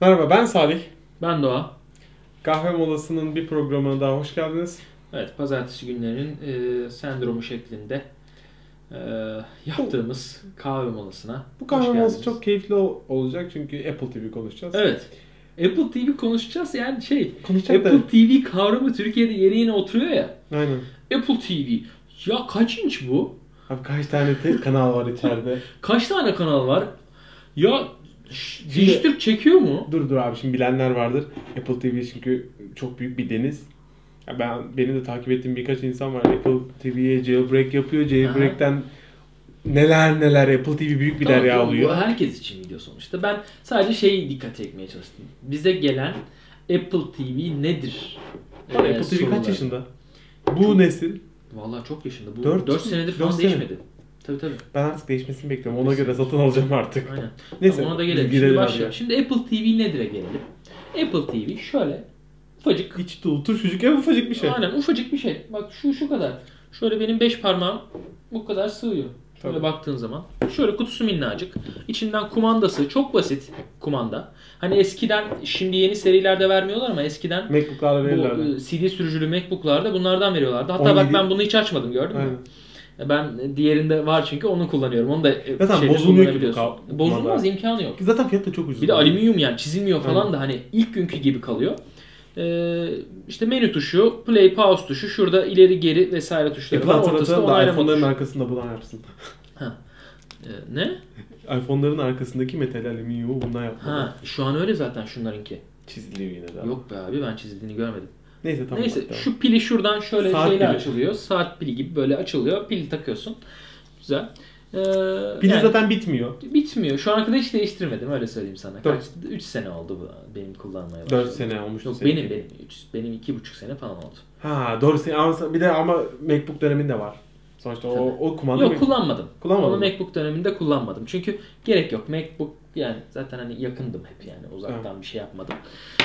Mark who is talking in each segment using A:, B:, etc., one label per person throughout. A: Merhaba ben Salih.
B: Ben Doğa.
A: Kahve molasının bir programına daha hoş geldiniz.
B: Evet, pazartesi günlerinin e, sendromu şeklinde e, yaptığımız kahve molasına
A: Bu kahve
B: hoş
A: molası
B: geldiniz.
A: çok keyifli o- olacak çünkü Apple TV konuşacağız.
B: Evet. Apple TV konuşacağız yani şey.
A: Konuşacak
B: Apple
A: da-
B: TV kavramı Türkiye'de yeni yeni oturuyor ya.
A: Aynen.
B: Apple TV. Ya kaç inç bu?
A: Abi kaç tane te- kanal var içeride?
B: Kaç tane kanal var? Ya ş-
A: Şimdi-
B: diş Türk çekiyor mu?
A: dur dur abi şimdi bilenler vardır. Apple TV çünkü çok büyük bir deniz. Ya Ben beni de takip ettiğim birkaç insan var. Apple TV'ye jailbreak yapıyor. Jailbreak'ten neler neler Apple TV büyük bir derya
B: Tamam,
A: oluyor.
B: Bu herkes için video sonuçta. Ben sadece şeyi dikkat çekmeye çalıştım. Bize gelen Apple TV nedir?
A: Lan
B: Ee,
A: Apple TV kaç
B: soruları.
A: yaşında? Bu nesil.
B: Vallahi çok yaşında. Bu
A: Dört-
B: 4, senedir
A: dört
B: falan
A: sene.
B: değişmedi. Tabii tabii.
A: Ben artık değişmesini bekliyorum. Ona göre satın alacağım artık.
B: Aynen.
A: Neyse,
B: Ama ona da gelelim.
A: biz
B: Şimdi
A: girelim abi
B: başlayalım.
A: ya.
B: Şimdi Apple TV nedir'e gelelim. Apple TV şöyle ufacık.
A: İç dolu turşucuk en ufacık bir şey.
B: Aynen ufacık bir şey. Bak şu şu kadar. Şöyle benim 5 parmağım bu kadar sığıyor. Şöyle
A: Tabii.
B: baktığın zaman. Şöyle kutusu minnacık. İçinden kumandası çok basit kumanda. Hani eskiden şimdi yeni serilerde vermiyorlar ama eskiden
A: MacBook'larla
B: bu
A: verirlerdi.
B: e, CD sürücülü MacBook'larda bunlardan veriyorlardı. Hatta bak
A: 17
B: ben bunu hiç açmadım gördün mü?
A: Aynen.
B: E, Ben diğerinde var çünkü onu kullanıyorum. Onu da e,
A: Zaten
B: şeyde
A: bozulmuyor ki
B: kullanabiliyorsun.
A: bu kav-
B: Bozulmaz
A: kumanda.
B: imkanı yok.
A: Zaten fiyat da çok ucuz.
B: Bir de alüminyum yani çizilmiyor falan
A: Aynen.
B: da hani ilk günkü gibi kalıyor. Ee, işte menü tuşu, play, pause tuşu, şurada ileri geri vesaire tuşları
A: Apple
B: var. Ortasında
A: hatırlatalım E, da
B: onaylama
A: iPhone'ların
B: tuşu.
A: arkasında bundan yapsın.
B: Ee, ne?
A: iPhone'ların arkasındaki metal alüminyumu bundan yapmadı.
B: Ha, şu an öyle zaten şunlarınki.
A: Çiziliyor yine de.
B: Yok be abi ben çizildiğini görmedim.
A: Neyse tamam.
B: Neyse
A: tamam.
B: şu pili şuradan şöyle
A: Saat
B: şeyle
A: pili.
B: açılıyor. Saat pili gibi böyle açılıyor. Pili takıyorsun. Güzel. Ee,
A: Pili
B: yani-
A: zaten bitmiyor.
B: Bitmiyor. Şu ana kadar hiç değiştirmedim öyle söyleyeyim sana.
A: Dört.
B: Kaç? 3 sene oldu bu benim kullanmaya
A: 4 sene olmuş.
B: Yok
A: senin.
B: benim benim. Üç, benim iki buçuk sene falan oldu.
A: Ha doğru sene ama bir de ama MacBook döneminde var. Sonuçta o,
B: Tabii.
A: o kumanda
B: Yok
A: Mac-
B: kullanmadım.
A: Kullanmadın
B: Onu
A: mı?
B: MacBook döneminde kullanmadım. Çünkü gerek yok. MacBook yani zaten hani yakındım hep yani uzaktan bir şey yapmadım.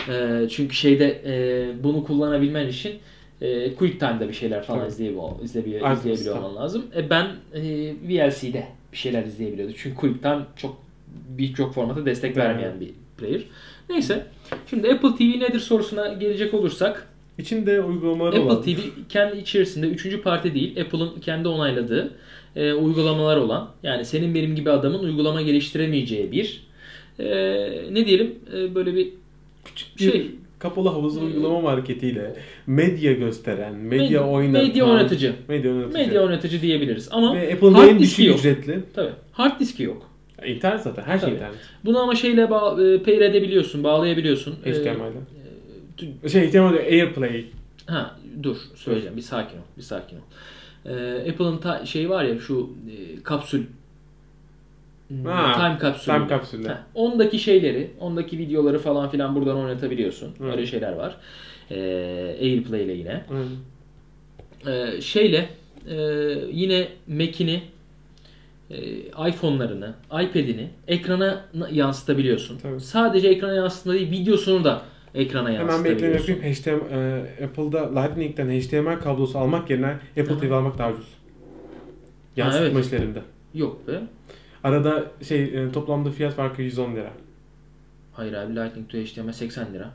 B: Ee, çünkü şeyde e, bunu kullanabilmen için e, QuickTime'da bir şeyler falan
A: Tabii.
B: izleyebiliyor, izleyebiliyor,
A: iTunes'ta.
B: izleyebiliyor olman lazım. E, ben e, VLC'de bir şeyler izleyebiliyordum. Çünkü QuickTime çok birçok formata destek
A: Evet.
B: vermeyen bir player. Neyse. Şimdi Apple TV nedir sorusuna gelecek olursak
A: İçinde uygulamaları olan.
B: Apple TV kendi içerisinde üçüncü parti değil, Apple'ın kendi onayladığı e, uygulamalar olan, yani senin benim gibi adamın uygulama geliştiremeyeceği bir e, ne diyelim e, böyle bir küçük
A: Bir
B: şey
A: Kapalı havuzlu
B: Ee,
A: uygulama marketiyle medya gösteren, medya
B: medya-
A: oynatan.
B: medya yönetici.
A: Medya yönetici.
B: medya yönetici diyebiliriz ama
A: Ve Apple'ın
B: hard
A: en
B: diski
A: düşük
B: yok.
A: ücretli.
B: Tabii. Hard diski yok.
A: Ya, İnternet zaten her şey
B: Tabii.
A: internet.
B: Bunu ama şeyle ba- e, pair edebiliyorsun, bağlayabiliyorsun. E,
A: HDMI'den. Ee, Şey HDMI diyor AirPlay.
B: Ha dur söyleyeceğim bir sakin ol bir sakin ol. Ee, Apple'ın ta- şey var ya şu e, kapsül Hmm,
A: Ha,
B: time kapsülü.
A: time kapsülü.
B: Ha, ondaki şeyleri, ondaki videoları falan filan buradan oynatabiliyorsun.
A: Evet.
B: Öyle şeyler var. Ee, AirPlay ile yine.
A: Aynen.
B: Ee, şeyle e, yine Mac'ini e, iPhone'larını, iPad'ini ekrana na- yansıtabiliyorsun.
A: Tabii.
B: Sadece ekrana yansıtma değil, videosunu da ekrana
A: Hemen bir
B: yansıtabiliyorsun.
A: ekleme yapayım. HDMI, e, Apple'da Lightning'den HDMI kablosu almak yerine Apple
B: Aha.
A: TV almak daha ucuz. Yansıtma
B: evet.
A: işlerinde.
B: Yok be.
A: Arada şey e, toplamda fiyat farkı 110 lira.
B: Hayır abi Lightning to HDMI 80 E lira.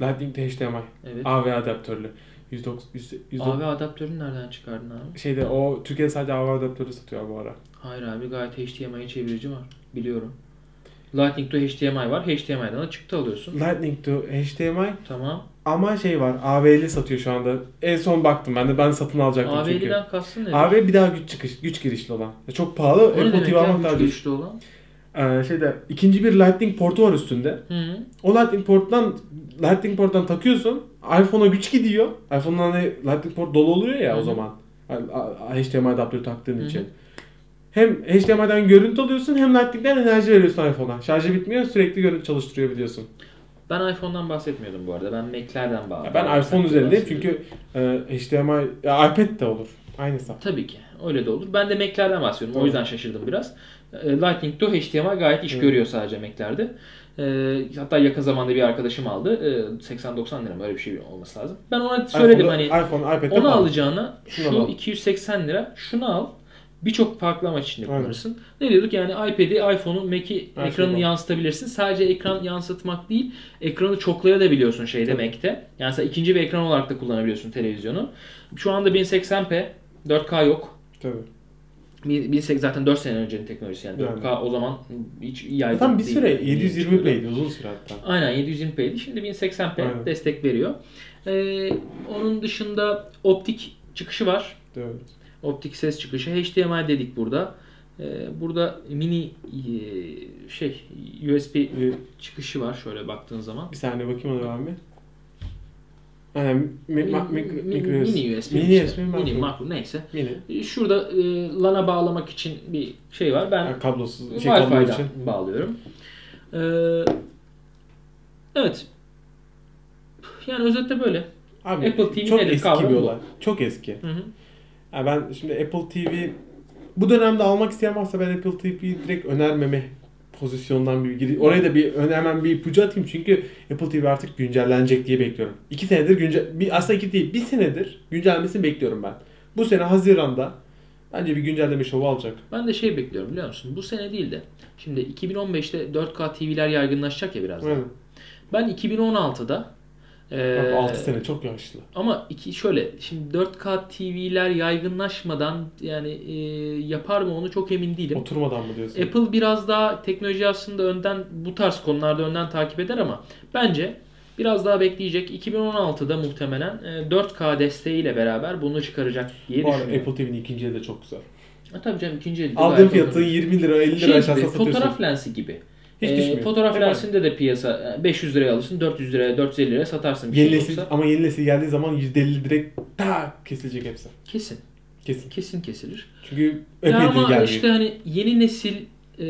A: Lightning'de HDMI.
B: Evet.
A: AV adaptörlü. 190, 100, 110
B: AV adaptörünü nereden çıkardın abi?
A: Şeyde o Türkiye'de sadece AV adaptörü satıyor bu ara.
B: Hayır abi gayet HDMI çevirici var. Biliyorum. Lightning to HDMI var. HDMI'den de çıktı alıyorsun.
A: Lightning to HDMI
B: Tamam.
A: ama şey var AV'li satıyor şu anda. En son baktım ben de ben satın alacaktım çünkü.
B: AV50'den kastın ne?
A: AV bir daha güç çıkış güç girişli olan. Ya Çok pahalı.
B: O ne
A: Apple
B: demek
A: TV
B: ya
A: almak
B: güç
A: daha ucuz.
B: girişli olan?
A: Ee, şeyde ikinci bir Lightning portu var üstünde.
B: Hı -hı.
A: O Lightning porttan Lightning porttan takıyorsun. iPhone'a güç gidiyor. iPhone'dan hani Lightning port dolu oluyor ya
B: Hı
A: o
B: hı.
A: zaman. Yani, a- a- HDMI adaptörü taktığın
B: Hı hı.
A: için. Hem HDMI'den görüntü alıyorsun hem Lightning'den enerji veriyorsun iPhone'a. Şarjı bitmiyor sürekli görüntü çalıştırıyor biliyorsun.
B: Ben iPhone'dan bahsetmiyordum bu arada. Ben Mac'lerden bağlı.
A: Ya ben iPhone üzerindeyim çünkü e, HDMI ya iPad de olur. Aynısı.
B: Tabii ki. Öyle de olur. Ben de Mac'lerden bahsediyorum.
A: Doğru.
B: O yüzden şaşırdım biraz. E, Lightning to HDMI gayet iş
A: Evet.
B: görüyor sadece Mac'lerde. E, hatta yakın zamanda bir arkadaşım aldı. E, 80-90 lira mı? Öyle bir şey olması lazım. Ben ona söyledim
A: iPhone'da-
B: hani
A: iPhone, iPad'de
B: Onu
A: pahalı.
B: alacağına
A: Şunu
B: şu
A: al.
B: 280 lira şunu al. Birçok farklı amaç içinde
A: Aynen.
B: kullanırsın. Ne diyorduk yani iPad'i, iPhone'u, Mac'i
A: Her şey
B: ekranını
A: var.
B: yansıtabilirsin. Sadece ekran yansıtmak değil, ekranı çoklayabiliyorsun şeyde
A: Tabii.
B: Mac'te. Yani sen ikinci bir ekran olarak da kullanabiliyorsun televizyonu. Şu anda 1080p, 4K yok.
A: Tabii.
B: Bir- 1800 zaten 4 sene öncenin teknolojisi yani 4K o zaman hiç yaygın
A: Zaten bir
B: değil.
A: süre
B: Yani
A: 720p'ydi uzun süre hatta.
B: Aynen 720p'ydi. Şimdi 1080p
A: Aynen.
B: destek veriyor. Ee, onun dışında optik çıkışı var.
A: Evet.
B: Optik ses çıkışı. HDMI dedik burada. Ee, burada mini e, şey USB
A: Ee,
B: çıkışı var şöyle baktığın zaman.
A: Bir saniye bakayım ona ben bir. Aynen. mi-
B: Mini,
A: ma- mi-
B: mini-
A: mikro USB.
B: mini USB.
A: Mini
B: işte.
A: USB.
B: Mini
A: makro.
B: makro neyse.
A: Mini.
B: Ee, Şurada e, LAN'a bağlamak için bir şey var. Ben
A: Yani kablosuz. Şey kablo
B: Wi-Fi'den
A: için.
B: bağlıyorum. Ee, evet. Yani özetle böyle.
A: Abi
B: Apple TV
A: çok
B: nedir?
A: eski
B: Kavram
A: bir
B: bu.
A: olay. Çok eski.
B: Hı hı.
A: Yani ben şimdi Apple TV bu dönemde almak isteyen varsa ben Apple TV'yi direkt önermeme pozisyondan bir gidip oraya da bir ön- hemen bir ipucu atayım çünkü Apple TV artık güncellenecek diye bekliyorum. İki senedir güncel bir aslında iki değil bir senedir güncellenmesini bekliyorum ben. Bu sene Haziran'da bence bir güncelleme şovu alacak.
B: Ben de şey bekliyorum biliyor musun? Bu sene değil de. Şimdi 2015'te 4K TV'ler yaygınlaşacak ya biraz. daha.
A: Aynen.
B: Ben 2016'da
A: Bak,
B: e,
A: 6 sene çok yaşlı.
B: Ama iki şöyle şimdi 4K TV'ler yaygınlaşmadan yani e, yapar mı onu çok emin değilim.
A: Oturmadan mı diyorsun?
B: Apple biraz daha teknoloji aslında önden bu tarz konularda önden takip eder ama bence biraz daha bekleyecek. 2016'da muhtemelen e, 4K desteğiyle beraber bunu çıkaracak diye
A: Bu arada
B: düşünüyorum.
A: Apple TV'nin ikinci eli de çok güzel.
B: Ha, tabii canım ikinci elde
A: Aldığın
B: gayet
A: fiyatın
B: uygun.
A: 20 lira 50 lira
B: şey
A: aşağısına
B: gibi,
A: satıyorsun.
B: fotoğraf lensi gibi.
A: Hiç
B: Ee,
A: düşmüyor.
B: Fotoğraf
A: Hep aynı.
B: lensinde de piyasa e, 500 liraya alırsın, 400 liraya, 450 liraya satarsın bir
A: Yeni
B: şey
A: nesil,
B: yoksa.
A: ama yeni nesil geldiği zaman %50 direkt tak kesilecek hepsi.
B: Kesin,
A: Kesin.
B: kesin kesilir.
A: Çünkü
B: Ya
A: epeydir
B: ama
A: gelmiyor.
B: işte hani yeni nesil e,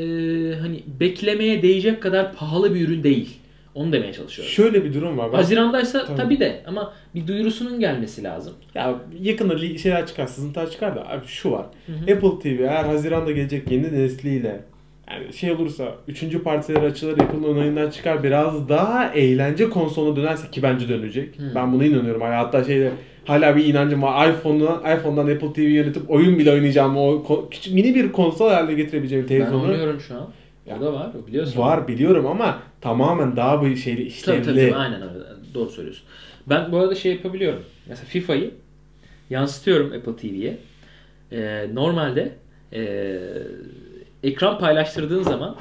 B: hani beklemeye değecek kadar pahalı bir ürün değil. Onu demeye çalışıyorum.
A: Şöyle bir durum var. Ben,
B: Haziran'daysa
A: Tabii.
B: tabii de ama bir duyurusunun gelmesi lazım.
A: ya yakında li- şeyler çıkar, sızıntılar çıkar da abi şu var.
B: Hı hı.
A: Apple TV eğer Haziran'da gelecek yeni nesliyle yani şey olursa üçüncü partiler açılır, Apple'ın onayından çıkar biraz daha eğlence konsoluna dönerse ki bence dönecek.
B: Hı.
A: Ben buna inanıyorum. Hala hatta şeyde hala bir inancım var. iPhone'dan iPhone'dan Apple TV yönetip oyun bile oynayacağım. O ko- küçük mini bir konsol haline getirebileceğim
B: Ben
A: televizyonu.
B: oynuyorum şu an. O da var biliyorsun.
A: Var biliyorum ama tamamen daha bu şeyle
B: Tabii
A: işlevli.
B: tabii, tabii aynen öyle. Doğru söylüyorsun. Ben bu arada şey yapabiliyorum. Mesela FIFA'yı yansıtıyorum Apple TV'ye. Ee, normalde ee, ekran paylaştırdığın zaman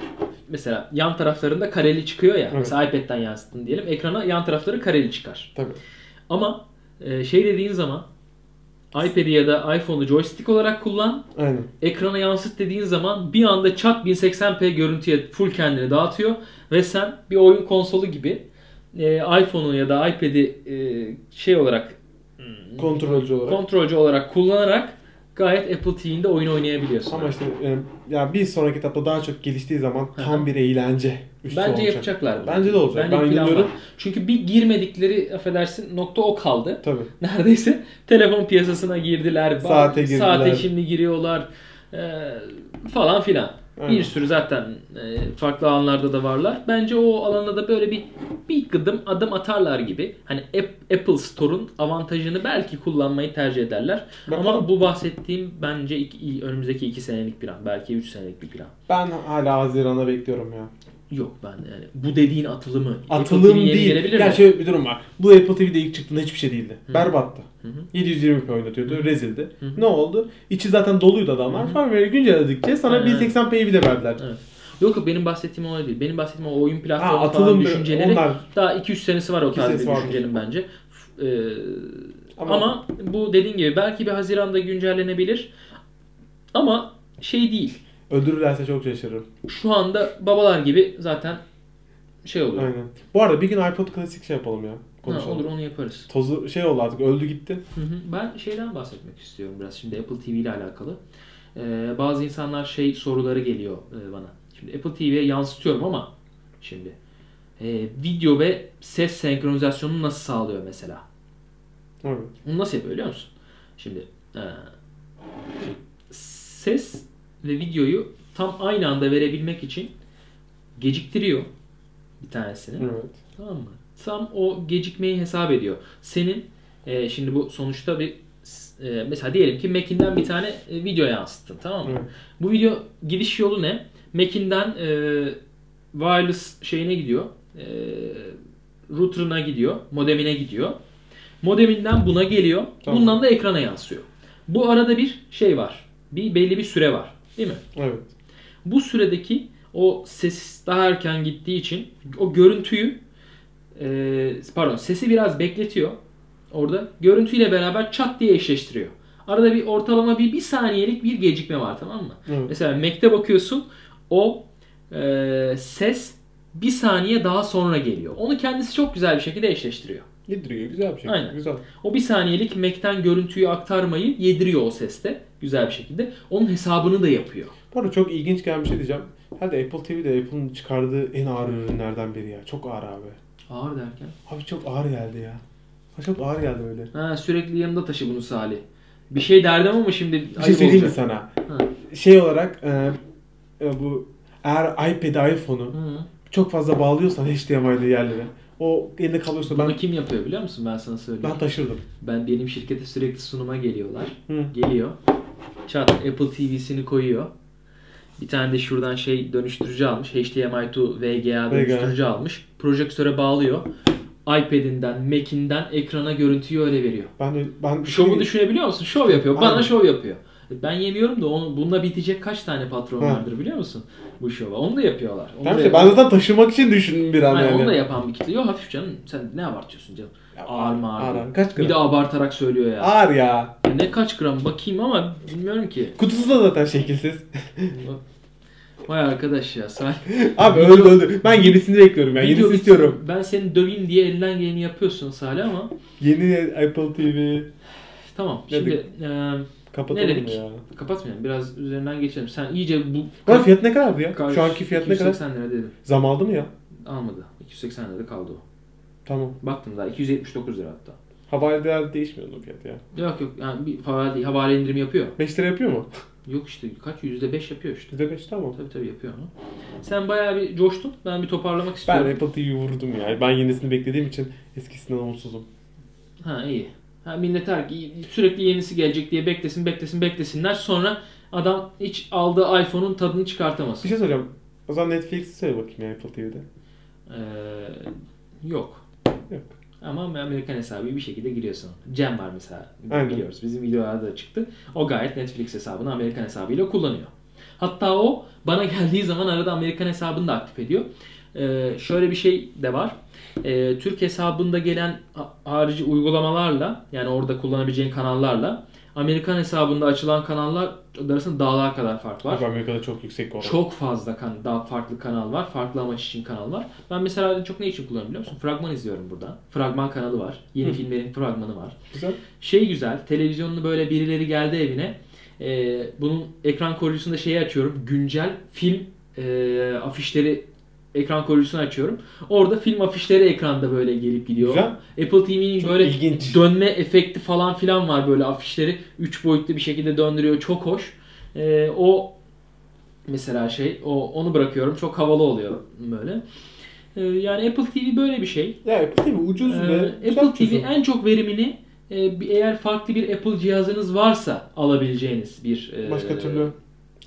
B: mesela yan taraflarında kareli çıkıyor ya.
A: Evet.
B: Mesela iPad'den yansıttın diyelim. Ekrana yan tarafları kareli çıkar.
A: Tabii.
B: Ama e, şey dediğin zaman iPad'i ya da iPhone'u joystick olarak kullan.
A: Aynen.
B: Ekrana yansıt dediğin zaman bir anda çat 1080p görüntüye full kendini dağıtıyor ve sen bir oyun konsolu gibi e, iPhone'u ya da iPad'i e, şey olarak hmm,
A: Kontrolcü olarak.
B: kontrolcü olarak kullanarak gayet Apple TV'nde oyun oynayabiliyorsun.
A: Ama işte e, ya bir sonraki etapta daha çok geliştiği zaman
B: Hı
A: tam
B: hı.
A: bir eğlence üstü
B: Bence
A: olacak.
B: yapacaklar. bunu.
A: Bence de olacak.
B: Bence
A: Ben
B: plan var.
A: inanıyorum.
B: Çünkü bir girmedikleri affedersin nokta o kaldı.
A: Tabii.
B: neredeyse telefon piyasasına girdiler. Ba-
A: Saate girdiler.
B: Saate şimdi giriyorlar. Ee, falan filan.
A: Aynen.
B: Bir sürü zaten e, farklı alanlarda da varlar. Bence o alanda da böyle bir bir gıdım adım atarlar gibi. Hani App- Apple Store'un avantajını belki kullanmayı tercih ederler.
A: Bakalım.
B: Ama bu bahsettiğim bence iki- önümüzdeki 2 senelik plan. Belki 3 senelik bir plan.
A: Ben hala Haziran'a bekliyorum ya.
B: Yok ben yani bu dediğin atılımı. Apple
A: Atılım
B: TV'ye mi
A: değil.
B: gelebilir
A: Ya şey
B: mi?
A: şöyle bir durum var. Bu Apple TV'de ilk çıktığında hiçbir şey değildi. Berbattı.
B: Hı hı.
A: 720p oynatıyordu. Rezildi.
B: Hı hı.
A: Ne oldu? İçi zaten doluydu adamlar. Sonra böyle güncelledikçe sana
B: Aynen.
A: 1080p'yi bile verdiler.
B: Evet. Yok yok benim bahsettiğim olay değil. Benim bahsettiğim o oyun platformu
A: Ha,
B: falan
A: atılım bir-
B: düşünceleri
A: onlar.
B: daha 2-3 senesi var o
A: 2-3
B: tarz bir
A: senesi vardır.
B: düşüncenin bence. F- eee, ama,
A: Ama-
B: bu dediğin gibi belki bir Haziran'da güncellenebilir. Ama şey değil.
A: Öldürürlerse çok şaşırırım.
B: Şu anda babalar gibi zaten şey oluyor.
A: Aynen. Bu arada bir gün iPod klasik şey yapalım ya.
B: Ha,
A: Konuşalım.
B: olur onu yaparız.
A: Tozu şey oldu artık öldü gitti.
B: Hı hı. Ben şeyden bahsetmek istiyorum biraz şimdi Apple TV ile alakalı. Eee, bazı insanlar şey soruları geliyor eee, bana. Şimdi Apple TV'ye yansıtıyorum ama şimdi eee, video ve ses senkronizasyonunu nasıl sağlıyor mesela?
A: Aynen.
B: Bunu nasıl yapıyor biliyor musun? Şimdi eee, ses ve videoyu tam aynı anda verebilmek için geciktiriyor bir tanesini.
A: Evet.
B: Tamam mı? Tam o gecikmeyi hesap ediyor. Senin e, şimdi bu sonuçta bir e, mesela diyelim ki Mac'inden bir tane e, video yansıttın tamam mı?
A: Evet.
B: Bu video gidiş yolu ne? Mac'inden e, wireless şeyine gidiyor. E, router'ına gidiyor. Modemine gidiyor. Modeminden buna geliyor.
A: Tamam.
B: Bundan da ekrana yansıyor. Bu arada bir şey var. Bir belli bir süre var. Değil mi?
A: Evet.
B: Bu süredeki o ses daha erken gittiği için o görüntüyü e, pardon sesi biraz bekletiyor orada. Görüntüyle beraber çat diye eşleştiriyor. Arada bir ortalama bir, bir saniyelik bir gecikme var tamam mı?
A: Evet.
B: Mesela Mac'te bakıyorsun o e, ses bir saniye daha sonra geliyor. Onu kendisi çok güzel bir şekilde eşleştiriyor.
A: Yediriyor. Güzel bir şey.
B: Aynen.
A: Güzel.
B: O bir saniyelik Mac'ten görüntüyü aktarmayı yediriyor o seste güzel bir şekilde. Onun hesabını da yapıyor.
A: Bu arada çok ilginç gelen bir şey diyeceğim. Herhalde Apple TV de Apple'ın çıkardığı en ağır
B: Hmm.
A: ürünlerden biri ya. Çok ağır abi.
B: Ağır derken.
A: Abi çok ağır geldi ya. Ha, Çok ağır geldi öyle.
B: Ha sürekli yanında taşı bunu Salih. Bir şey derdim ama şimdi
A: Bir şey
B: ayıp
A: söyleyeyim mi
B: olacak.
A: sana?
B: Ha.
A: Şey olarak e, e, bu eğer iPad, iPhone'u
B: Hı.
A: çok fazla bağlıyorsan HDMI'li yerlere. O elinde kalıyorsa
B: Bunu
A: ben
B: kim yapıyor biliyor musun? Ben sana
A: ben
B: söyleyeyim.
A: taşırdım.
B: Ben benim şirkete sürekli sunuma geliyorlar.
A: Hı.
B: Geliyor. Çat Apple TV'sini koyuyor. Bir tane de şuradan şey dönüştürücü almış. HDMI to VGA dönüştürücü almış. Projektöre bağlıyor. iPad'inden, Mac'inden ekrana görüntüyü öyle veriyor.
A: Ben de- ben şey-
B: Şovu düşünebiliyor musun? Şov yapıyor. Bana
A: Aynen.
B: şov yapıyor. E, Ben yemiyorum da onu, bununla bitecek kaç tane patron
A: Ha.
B: vardır biliyor musun? Bu şova. Onu da yapıyorlar. Onu
A: Tamam
B: da
A: işte ben zaten taşımak için düşündüm bir an
B: Hayır,
A: yani.
B: onu da yapan bir kitle. Yok hafif canım. Sen ne abartıyorsun canım?
A: Ya,
B: Ağır mı ağır?
A: ağır
B: mı?
A: abi. Kaç gram?
B: Bir de abartarak söylüyor ya.
A: Ağır ya.
B: Ne kaç gram bakayım ama bilmiyorum ki.
A: Kutusu da zaten şekilsiz.
B: Vay arkadaş ya. Say.
A: Abi öldü öldü. Ben yenisini bekliyorum ya. Yenisini
B: Video-
A: istiyorum.
B: Ben seni döveyim diye elinden geleni yapıyorsun Salih ama.
A: Yeni Apple TV.
B: Tamam.
A: Ne
B: Şimdi e, Ne
A: Kapatalım
B: dedik?
A: ya.
B: kapatmayalım. Biraz üzerinden geçelim. Sen iyice bu...
A: Bu arada fiyat ne kadardı ya? Şu anki fiyat ne kadar?
B: 280 lira dedim.
A: Zam aldı mı ya?
B: Almadı. 280 lira kaldı o.
A: Tamam.
B: Baktım daha 279 lira hatta.
A: Havale değer değişmiyor onun fiyatı ya.
B: Yok yok yani bir havale değil. Havale indirim yapıyor.
A: 5 lira yapıyor mu?
B: Yok işte kaç? %5 yapıyor işte.
A: %5 tamam.
B: Tabii tabii yapıyor onu. Sen bayağı bir coştun. Ben bir toparlamak
A: Ben
B: istiyorum.
A: Apple TV'yi vurdum yani. Ben yenisini beklediğim için eskisinden umutsuzum.
B: Ha iyi. Ha millet her sürekli yenisi gelecek diye beklesin beklesin beklesinler. Sonra adam hiç aldığı iPhone'un tadını
A: Bir
B: çıkartamasın.
A: şey soracağım. O zaman Netflix'i söyle bakayım ya Apple TV'de.
B: Ee, yok.
A: Yok.
B: Ama Amerikan hesabı bir şekilde giriyorsun. Cem var mesela.
A: Aynen.
B: Biliyoruz. Bizim videolarda da çıktı. O gayet Netflix hesabını Amerikan hesabıyla kullanıyor. Hatta o bana geldiği zaman arada Amerikan hesabını da aktif ediyor. Ee, şöyle bir şey de var. Ee, Türk hesabında gelen ha- harici uygulamalarla yani orada kullanabileceğin kanallarla Amerikan hesabında açılan kanallar arasında dağlar kadar fark var.
A: Abi Amerika'da çok yüksek oran.
B: Çok fazla kan daha farklı kanal var. Farklı amaç için kanal var. Ben mesela çok ne için kullanıyorum biliyor musun? Fragman izliyorum burada. Fragman kanalı var. Yeni
A: Hı.
B: filmlerin fragmanı var.
A: Güzel.
B: Şey güzel. Televizyonlu böyle birileri geldi evine. Ee, bunun ekran koruyucusunda şeyi açıyorum. Güncel film e, afişleri ekran koruyucusunu açıyorum. Orada film afişleri ekranda böyle gelip gidiyor.
A: Güzel.
B: Apple TV'nin
A: Çok
B: böyle
A: ilginç.
B: dönme efekti falan filan var böyle afişleri. Üç boyutlu bir şekilde döndürüyor. Çok hoş. Ee, o mesela şey o onu bırakıyorum. Çok havalı oluyor böyle. Ee, yani Apple TV böyle bir şey.
A: Ya Apple TV ucuz
B: Ee,
A: ve
B: Apple
A: güzel
B: TV
A: çözüm.
B: en çok verimini e, bir- eğer farklı bir Apple cihazınız varsa alabileceğiniz bir e,
A: Başka türlü.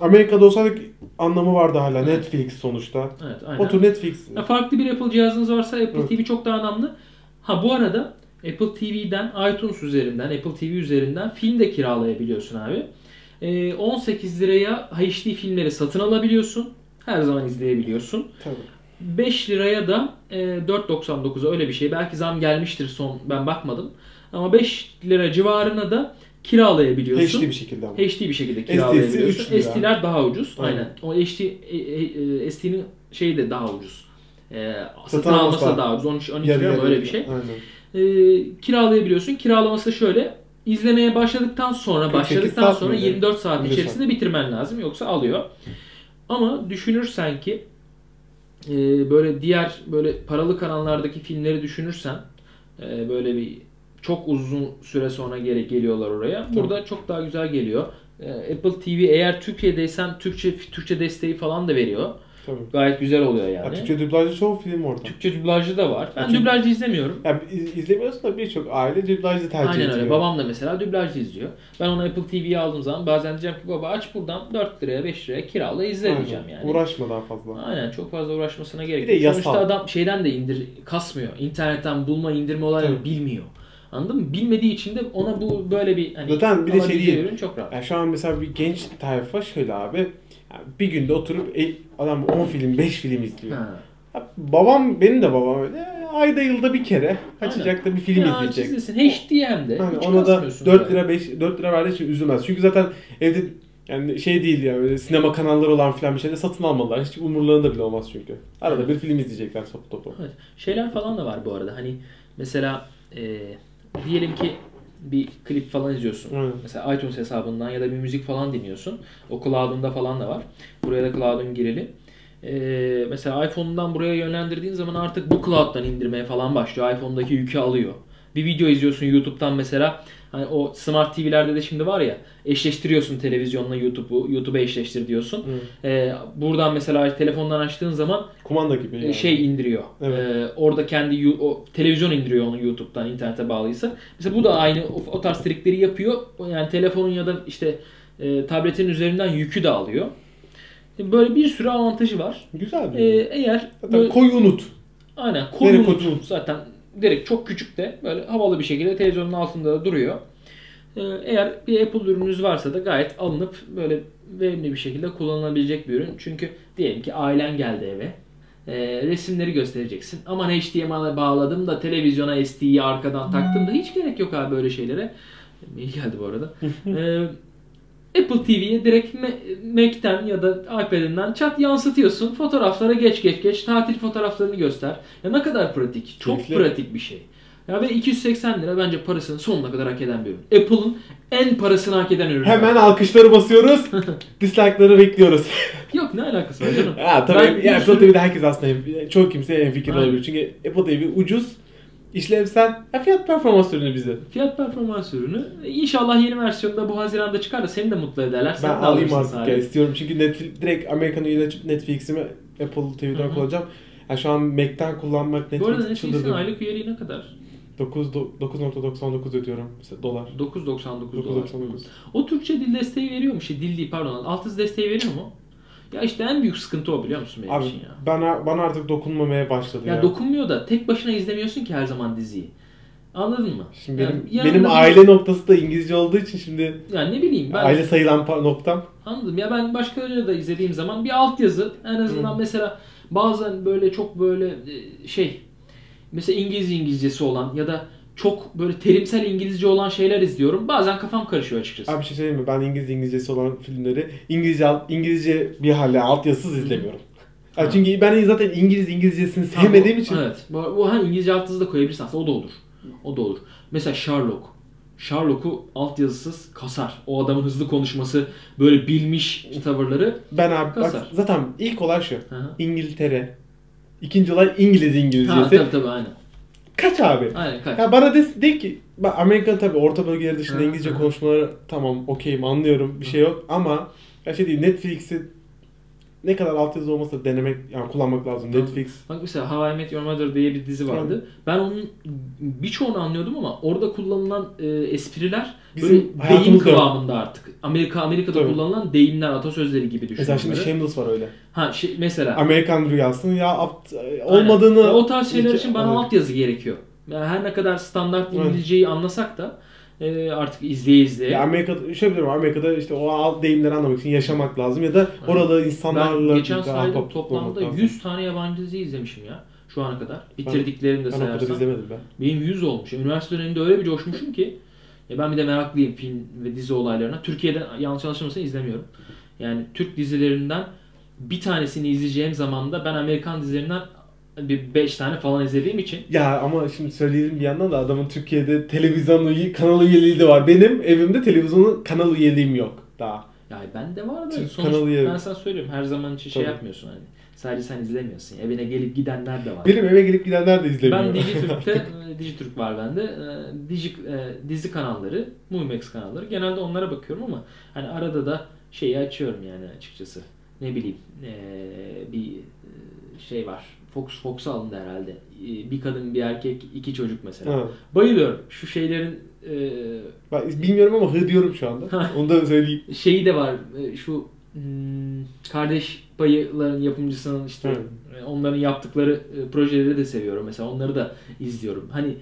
A: Amerika'da olsaydık anlamı vardı hala. Netflix sonuçta.
B: Evet, aynen.
A: Otur Netflix.
B: Ya farklı bir Apple cihazınız varsa Apple
A: Evet.
B: TV çok daha önemli. Ha bu arada Apple TV'den iTunes üzerinden, Apple TV üzerinden film de kiralayabiliyorsun abi. Ee, 18 liraya HD filmleri satın alabiliyorsun. Her zaman izleyebiliyorsun.
A: Tabii.
B: 5 liraya da e, 4.99'a öyle bir şey. Belki zam gelmiştir son ben bakmadım. Ama 5 lira civarına da kiralayabiliyorsun.
A: HD bir şey. şekilde ama.
B: HD bir
A: ST'si
B: şekilde
A: üç
B: kiralayabiliyorsun.
A: lira.
B: ST'ler daha ucuz. Aynen.
A: Aynen.
B: O HD e, e, e, ST'nin şeyi de daha ucuz. E, satın
A: alması
B: alması da
A: var.
B: daha ucuz. 13 12
A: Yarı
B: lira mı
A: yarıya.
B: öyle bir şey.
A: Aynen.
B: E, kiralayabiliyorsun. Kiralaması da şöyle. İzlemeye başladıktan sonra
A: 48
B: başladıktan
A: saat
B: sonra
A: miydi?
B: 24 saat
A: 24
B: içerisinde bitirmen lazım yoksa alıyor. Ama düşünürsen ki e, böyle diğer böyle paralı kanallardaki filmleri düşünürsen e, böyle bir çok uzun süre sonra geri geliyorlar oraya. Burada çok daha güzel geliyor. E, Apple TV eğer Türkiye'deysen Türkçe Türkçe desteği falan da veriyor.
A: Tabii.
B: Gayet güzel oluyor yani.
A: Ya,
B: Türkçe,
A: Türkçe dublajlı çoğu film orada.
B: dublajlı da var. Ben
A: Ya çünkü-
B: dublajlı izlemiyorum.
A: Yani iz- izlemiyorsun da birçok aile dublajlı tercih
B: Aynen
A: ediyor.
B: öyle. Babam da mesela dublajlı izliyor. Ben ona Apple TV'yi aldığım zaman bazen diyeceğim ki baba aç buradan 4 liraya 5 liraya kirala izle
A: Aynen.
B: diyeceğim yani.
A: Uğraşma daha fazla.
B: Aynen çok fazla uğraşmasına gerek
A: Bir de
B: yok. Sonuçta
A: yasal.
B: adam şeyden de indir kasmıyor. İnternetten bulma indirme olayını
A: Tabii.
B: bilmiyor. Anladın mı? Bilmediği için de ona bu böyle bir hani
A: Zaten bir de şey
B: alabileceği
A: değil.
B: ürün çok rahat.
A: Yani şu an mesela bir genç tayfa şöyle abi. yani bir günde oturup el- adam 10 film 5 film izliyor.
B: Ha.
A: Ya Babam benim de babam öyle. E, Ayda yılda bir kere açacak da bir film
B: ya,
A: izleyecek.
B: çizilsin. HD hem de.
A: Yani
B: Hiç
A: ona da
B: kasmıyorsun
A: 4
B: yani.
A: lira 5 4 lira verdiği için üzülmez. Çünkü zaten evde yani şey değil ya böyle sinema kanalları olan filan bir şeyde satın almalılar. Hiç umurlarında bile olmaz çünkü. Arada bir film izleyecekler topu topu.
B: Evet. Şeyler falan da var bu arada. Hani mesela e, diyelim ki bir klip falan izliyorsun.
A: Aynen.
B: Mesela iTunes hesabından ya da bir müzik falan dinliyorsun. O cloud'unda falan da var. Buraya da cloud'un gireli. E, mesela iPhone'dan buraya yönlendirdiğin zaman artık bu cloud'dan indirmeye falan başlıyor. iPhone'daki yükü alıyor. Bir video izliyorsun YouTube'dan mesela. Hani o smart TV'lerde de şimdi var ya eşleştiriyorsun televizyonla YouTube'u. YouTube'a eşleştir diyorsun. E, buradan mesela telefondan açtığın zaman
A: Kumanda gibi.
B: e,
A: yani.
B: şey indiriyor.
A: Evet.
B: E, orada kendi yu- o, televizyon indiriyor onu YouTube'dan internete bağlıysa. Mesela bu da aynı o, o tarz trikleri yapıyor. Yani telefonun ya da işte e, tabletin üzerinden yükü de alıyor. E, Böyle bir sürü avantajı var.
A: Güzel bir.
B: E, eğer
A: Zaten
B: böyle-
A: koy unut.
B: aynen
A: Direkt
B: koyun
A: koyun.
B: zaten direkt çok küçük de böyle havalı bir şekilde televizyonun altında da duruyor. E, eğer bir Apple ürününüz varsa da gayet alınıp böyle verimli bir şekilde kullanılabilecek bir ürün. Çünkü diyelim ki ailen geldi eve. E, resimleri göstereceksin. Aman HDMI'ye bağladım da televizyona SD'yi arkadan taktım da hiç gerek yok abi böyle şeylere. İyi geldi bu arada. E, Apple TV'ye direkt Ma- Mac'ten ya da iPad'inden çat yansıtıyorsun. Fotoğraflara geç geç geç tatil fotoğraflarını göster. Ya ne kadar pratik. Çok
A: Keyifli.
B: pratik bir şey. Ya ve 280 lira bence parasını sonuna kadar hak eden bir ürün. Apple'ın en parasını hak eden ürünü.
A: Hemen alkışları basıyoruz. Dislike'ları bekliyoruz.
B: Yok ne alakası var canım.
A: ha tabii
B: Ben bir
A: yani Apple
B: sürü-
A: TV'de herkes aslında hem- çok kimse en fikir
B: Aynen.
A: olabilir. Çünkü Apple TV ucuz, işlevsel, ya fiyat performans ürünü bize.
B: Fiyat performans ürünü. İnşallah yeni versiyonda bu Haziran'da çıkar da seni de mutlu ederler.
A: Ben
B: Sen de
A: alayım
B: alırsın
A: artık
B: sadece.
A: ya istiyorum. Çünkü Netflix, direkt Amerikan üyeliği açıp Netflix'imi Apple TV'den
B: Hı hı.
A: kullanacağım. Ya şu an Mac'ten kullanmak
B: Bu arada
A: Netflix
B: Netflix'in
A: çıldırdım.
B: aylık üyeliği ne kadar?
A: 9 do- 9.99 ödüyorum mesela dolar.
B: 9.99 dolar.
A: 9.99.
B: O Türkçe dil desteği veriyor mu? Şey, dil değil pardon. Alt yazı desteği veriyor mu? Ya işte en büyük sıkıntı o biliyor musun benim
A: Abi
B: için ya.
A: bana bana artık dokunmamaya başladı ya.
B: Ya dokunmuyor da tek başına izlemiyorsun ki her zaman diziyi. Anladın mı?
A: Şimdi benim
B: Yani yanında
A: benim
B: bir-
A: aile noktası da İngilizce olduğu için şimdi
B: yani ne bileyim ben
A: aile sayılan pa- noktam
B: anladım ya ben başkalarıyla da izlediğim zaman bir altyazı en azından
A: Hı.
B: mesela bazen böyle çok böyle e, şey mesela İngilizce İngilizcesi olan ya da çok böyle terimsel İngilizce olan şeyler izliyorum. Bazen kafam karışıyor açıkçası.
A: Abi bir şey söyleyeyim mi? Ben İngilizce İngilizcesi olan filmleri İngilizce alt- İngilizce bir halde altyazısız izlemiyorum. Ya
B: Ha.
A: çünkü ben zaten İngiliz İngilizcesini
B: Ha, bu-
A: sevmediğim için
B: Evet. Bu, bu ha, İngilizce altyazı da koyabilirsin aslında. O da olur. O da olur. Mesela Sherlock. Sherlock'u altyazısız kasar. O adamın hızlı konuşması, böyle bilmiş tavırları.
A: ben abi bak,
B: Kasar.
A: zaten ilk olay şu.
B: Hı hı.
A: İngiltere. İkinci olay İngiliz
B: Ha,
A: İngilizcesi.
B: tabii tabii aynen.
A: Kaç abi?
B: Aynen kaç.
A: Ya bana de, de ki ben Amerikan tabii orta bölgeleri dışında
B: Hı,
A: İngilizce
B: hı.
A: konuşmaları tamam okeyim anlıyorum bir şey yok ama ya şey değil Netflix'i ne kadar altyazı olmasa da denemek yani kullanmak lazım.
B: Tabii.
A: Netflix
B: Bak mesela How I Met Your Mother diye bir dizi vardı. Ben onun birçoğunu anlıyordum ama orada kullanılan e, espriler
A: Bizim
B: böyle deyim
A: hayatımızda-
B: kıvamında artık. Amerika Amerika'da
A: Tabii.
B: kullanılan deyimler, atasözleri gibi düşün.
A: mesela şimdi şey-
B: bunları.
A: Shameless var öyle.
B: ha şey, mesela
A: Amerikan rüyasının ya apt- e,
B: Aynen.
A: olmadığını
B: Ya o tarz şeyler için bana
A: Anladım.
B: altyazı gerekiyor. Yani her ne kadar standart
A: Aynen.
B: İngilizceyi anlasak da e, artık izleye izleye.
A: ya Amerika'da şöyle biliyorum Amerika'da işte o alt deyimleri anlamak için yaşamak lazım ya da oralı insanlarla
B: ben geçen
A: daha
B: saydım
A: ahbap
B: toplamda
A: olmak lazım.
B: 100 tane yabancı dizi izlemişim ya şu ana kadar. Bitirdiklerini de
A: ben o kadar
B: sayarsam.
A: izlemedim ben.
B: Benim 100 olmuş. Üniversite döneminde öyle bir coşmuşum ki. Ya ben bir de meraklıyım film ve dizi olaylarına. Türkiye'de yanlış anlaşılmasını izlemiyorum. Yani Türk dizilerinden bir tanesini izleyeceğim zamanda ben Amerikan dizilerinden bir 5 tane falan izlediğim için
A: Ya ama şimdi söyleyelim bir yandan da adamın Türkiye'de televizyon üye, kanal üyeliği de var. Benim evimde televizyonun kanal üyeliğim yok daha.
B: Ya ben de var da
A: Türk
B: sonuç
A: kanalı ya.
B: ben sana söylüyorum her zaman için şey
A: Tabii.
B: yapmıyorsun hani. Sadece sen izlemiyorsun. Evine gelip gidenler de var.
A: Benim eve gelip gidenler de izlemiyor.
B: ben Digitürk'te e, Digitürk var bende. E, Digi, e, dizi kanalları, Movimax kanalları. Genelde onlara bakıyorum ama hani arada da şeyi açıyorum yani açıkçası. ne bileyim e, bir e, şey var. Fox Fox'a alındı herhalde. E, bir kadın bir erkek iki çocuk mesela.
A: Ha.
B: Bayılıyorum. Şu şeylerin
A: Ben bilmiyorum ama hı diyorum şu anda. Onu da söyleyeyim.
B: e, şeyi de var. E, şu hmm, kardeş payıların yapımcısının işte e, onların yaptıkları e, projeleri de seviyorum. Mesela onları da izliyorum. Hani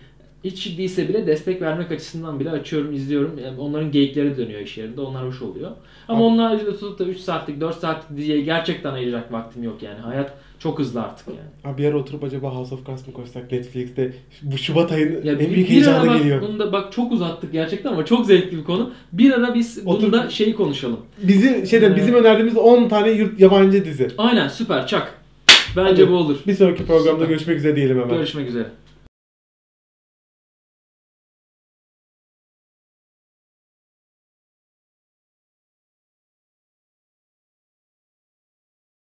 B: hiç değilse bile destek vermek açısından bile açıyorum, izliyorum. Yani onların geyikleri dönüyor iş yerinde. Onlar hoş oluyor. Ama
A: Abi-
B: onun haricinde tutup da 3 saatlik, 4 saatlik diye gerçekten ayıracak vaktim yok yani. Hayat çok hızlı artık yani.
A: Abi bir ara oturup acaba House of Cards mı koysak Netflix'te bu Şubat ayının
B: Ya
A: en
B: bir-
A: büyük
B: bir ara
A: heyecanı
B: bak,
A: geliyor.
B: Bunu da bak çok uzattık gerçekten ama çok zevkli bir konu. Bir ara biz
A: Otur-
B: bunda şeyi konuşalım.
A: Bizi şeyden
B: Ee,
A: bizim önerdiğimiz 10 tane yurt yabancı dizi.
B: Aynen süper çak. Bence
A: Hadi.
B: bu olur.
A: Bir sonraki programda
B: Süper.
A: görüşmek üzere diyelim hemen.
B: Görüşmek üzere.